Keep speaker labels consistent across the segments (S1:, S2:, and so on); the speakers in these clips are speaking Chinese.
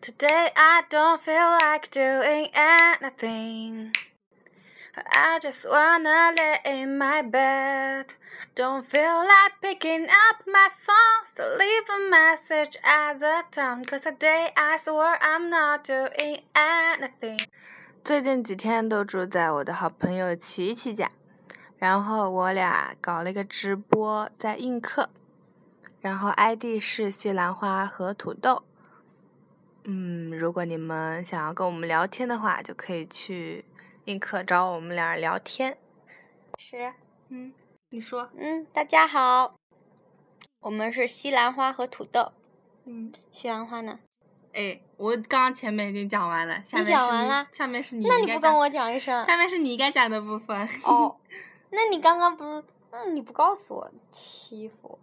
S1: Today I don't feel like doing anything. I just wanna lay in my bed. Don't feel like picking up my phone. So leave a message at the tone. Cause today I swore I'm not doing anything.
S2: 最近几天都住在我的好朋友琪琪家，然后我俩搞了一个直播在映客，然后 ID 是西兰花和土豆。嗯，如果你们想要跟我们聊天的话，就可以去映客找我们俩聊天。
S1: 是，
S2: 嗯，你说，
S1: 嗯，大家好，我们是西兰花和土豆。
S2: 嗯，
S1: 西兰花呢？
S2: 哎，我刚刚前面已经讲完了，下
S1: 你
S2: 面
S1: 讲
S2: 是
S1: 完
S2: 你
S1: 了
S2: 下面是你
S1: 那
S2: 应
S1: 你
S2: 该
S1: 不
S2: 讲
S1: 跟我讲一声？
S2: 下面是你应该讲的部分。
S1: 哦，那你刚刚不是？那你不告诉我，欺负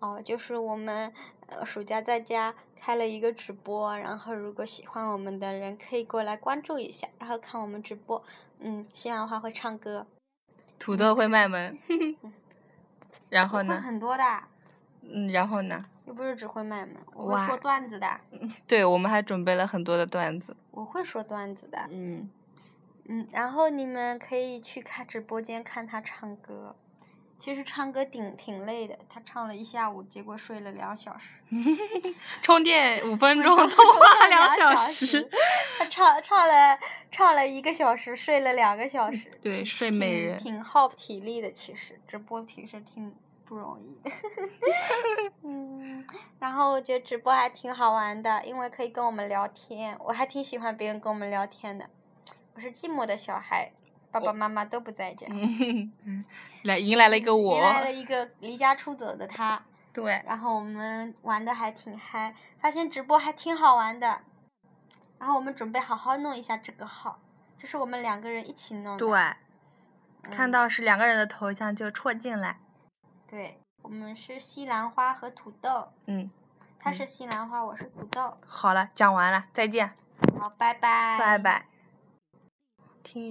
S1: 我？哦，就是我们呃暑假在家开了一个直播，然后如果喜欢我们的人可以过来关注一下，然后看我们直播。嗯，西兰花会唱歌，
S2: 土豆会卖 萌，
S1: 嗯
S2: 然后
S1: 会
S2: 呢？
S1: 很多的，
S2: 嗯，然后呢？
S1: 又不是只会卖萌，我
S2: 哇
S1: 会说段子的，
S2: 对，我们还准备了很多的段子。
S1: 我会说段子的。
S2: 嗯，
S1: 嗯，然后你们可以去看直播间看他唱歌。其实唱歌挺挺累的，他唱了一下午，结果睡了两小时。
S2: 充电五分 钟，通
S1: 花
S2: 话两小时。。
S1: 他唱唱了唱了一个小时，睡了两个小时。
S2: 嗯对
S1: 挺
S2: 睡美人
S1: 挺挺耗体力的。其实直播其实挺不容易 的。嗯，然后我觉得直播还挺好玩的，因为可以跟我们聊天，我还挺喜欢别人跟我们聊天的。我是寂寞的小孩，爸爸妈妈都不在家，
S2: 嗯，来迎来了一个我
S1: 嗯迎。来了一个离家出走的他。
S2: 对，
S1: 然后我们玩的还挺嗨，发现直播还挺好玩的。然后我们准备好好弄一下这个号，这是我们两个人一起弄的。
S2: 对，
S1: 嗯
S2: 看到是两个人的头像就戳进来。
S1: 对，我们是西兰花和土豆，
S2: 嗯，
S1: 他
S2: 嗯
S1: 是西兰花，我是土豆。
S2: 好了，讲完了，再见，
S1: 好，拜拜。
S2: 拜。拜。听一下。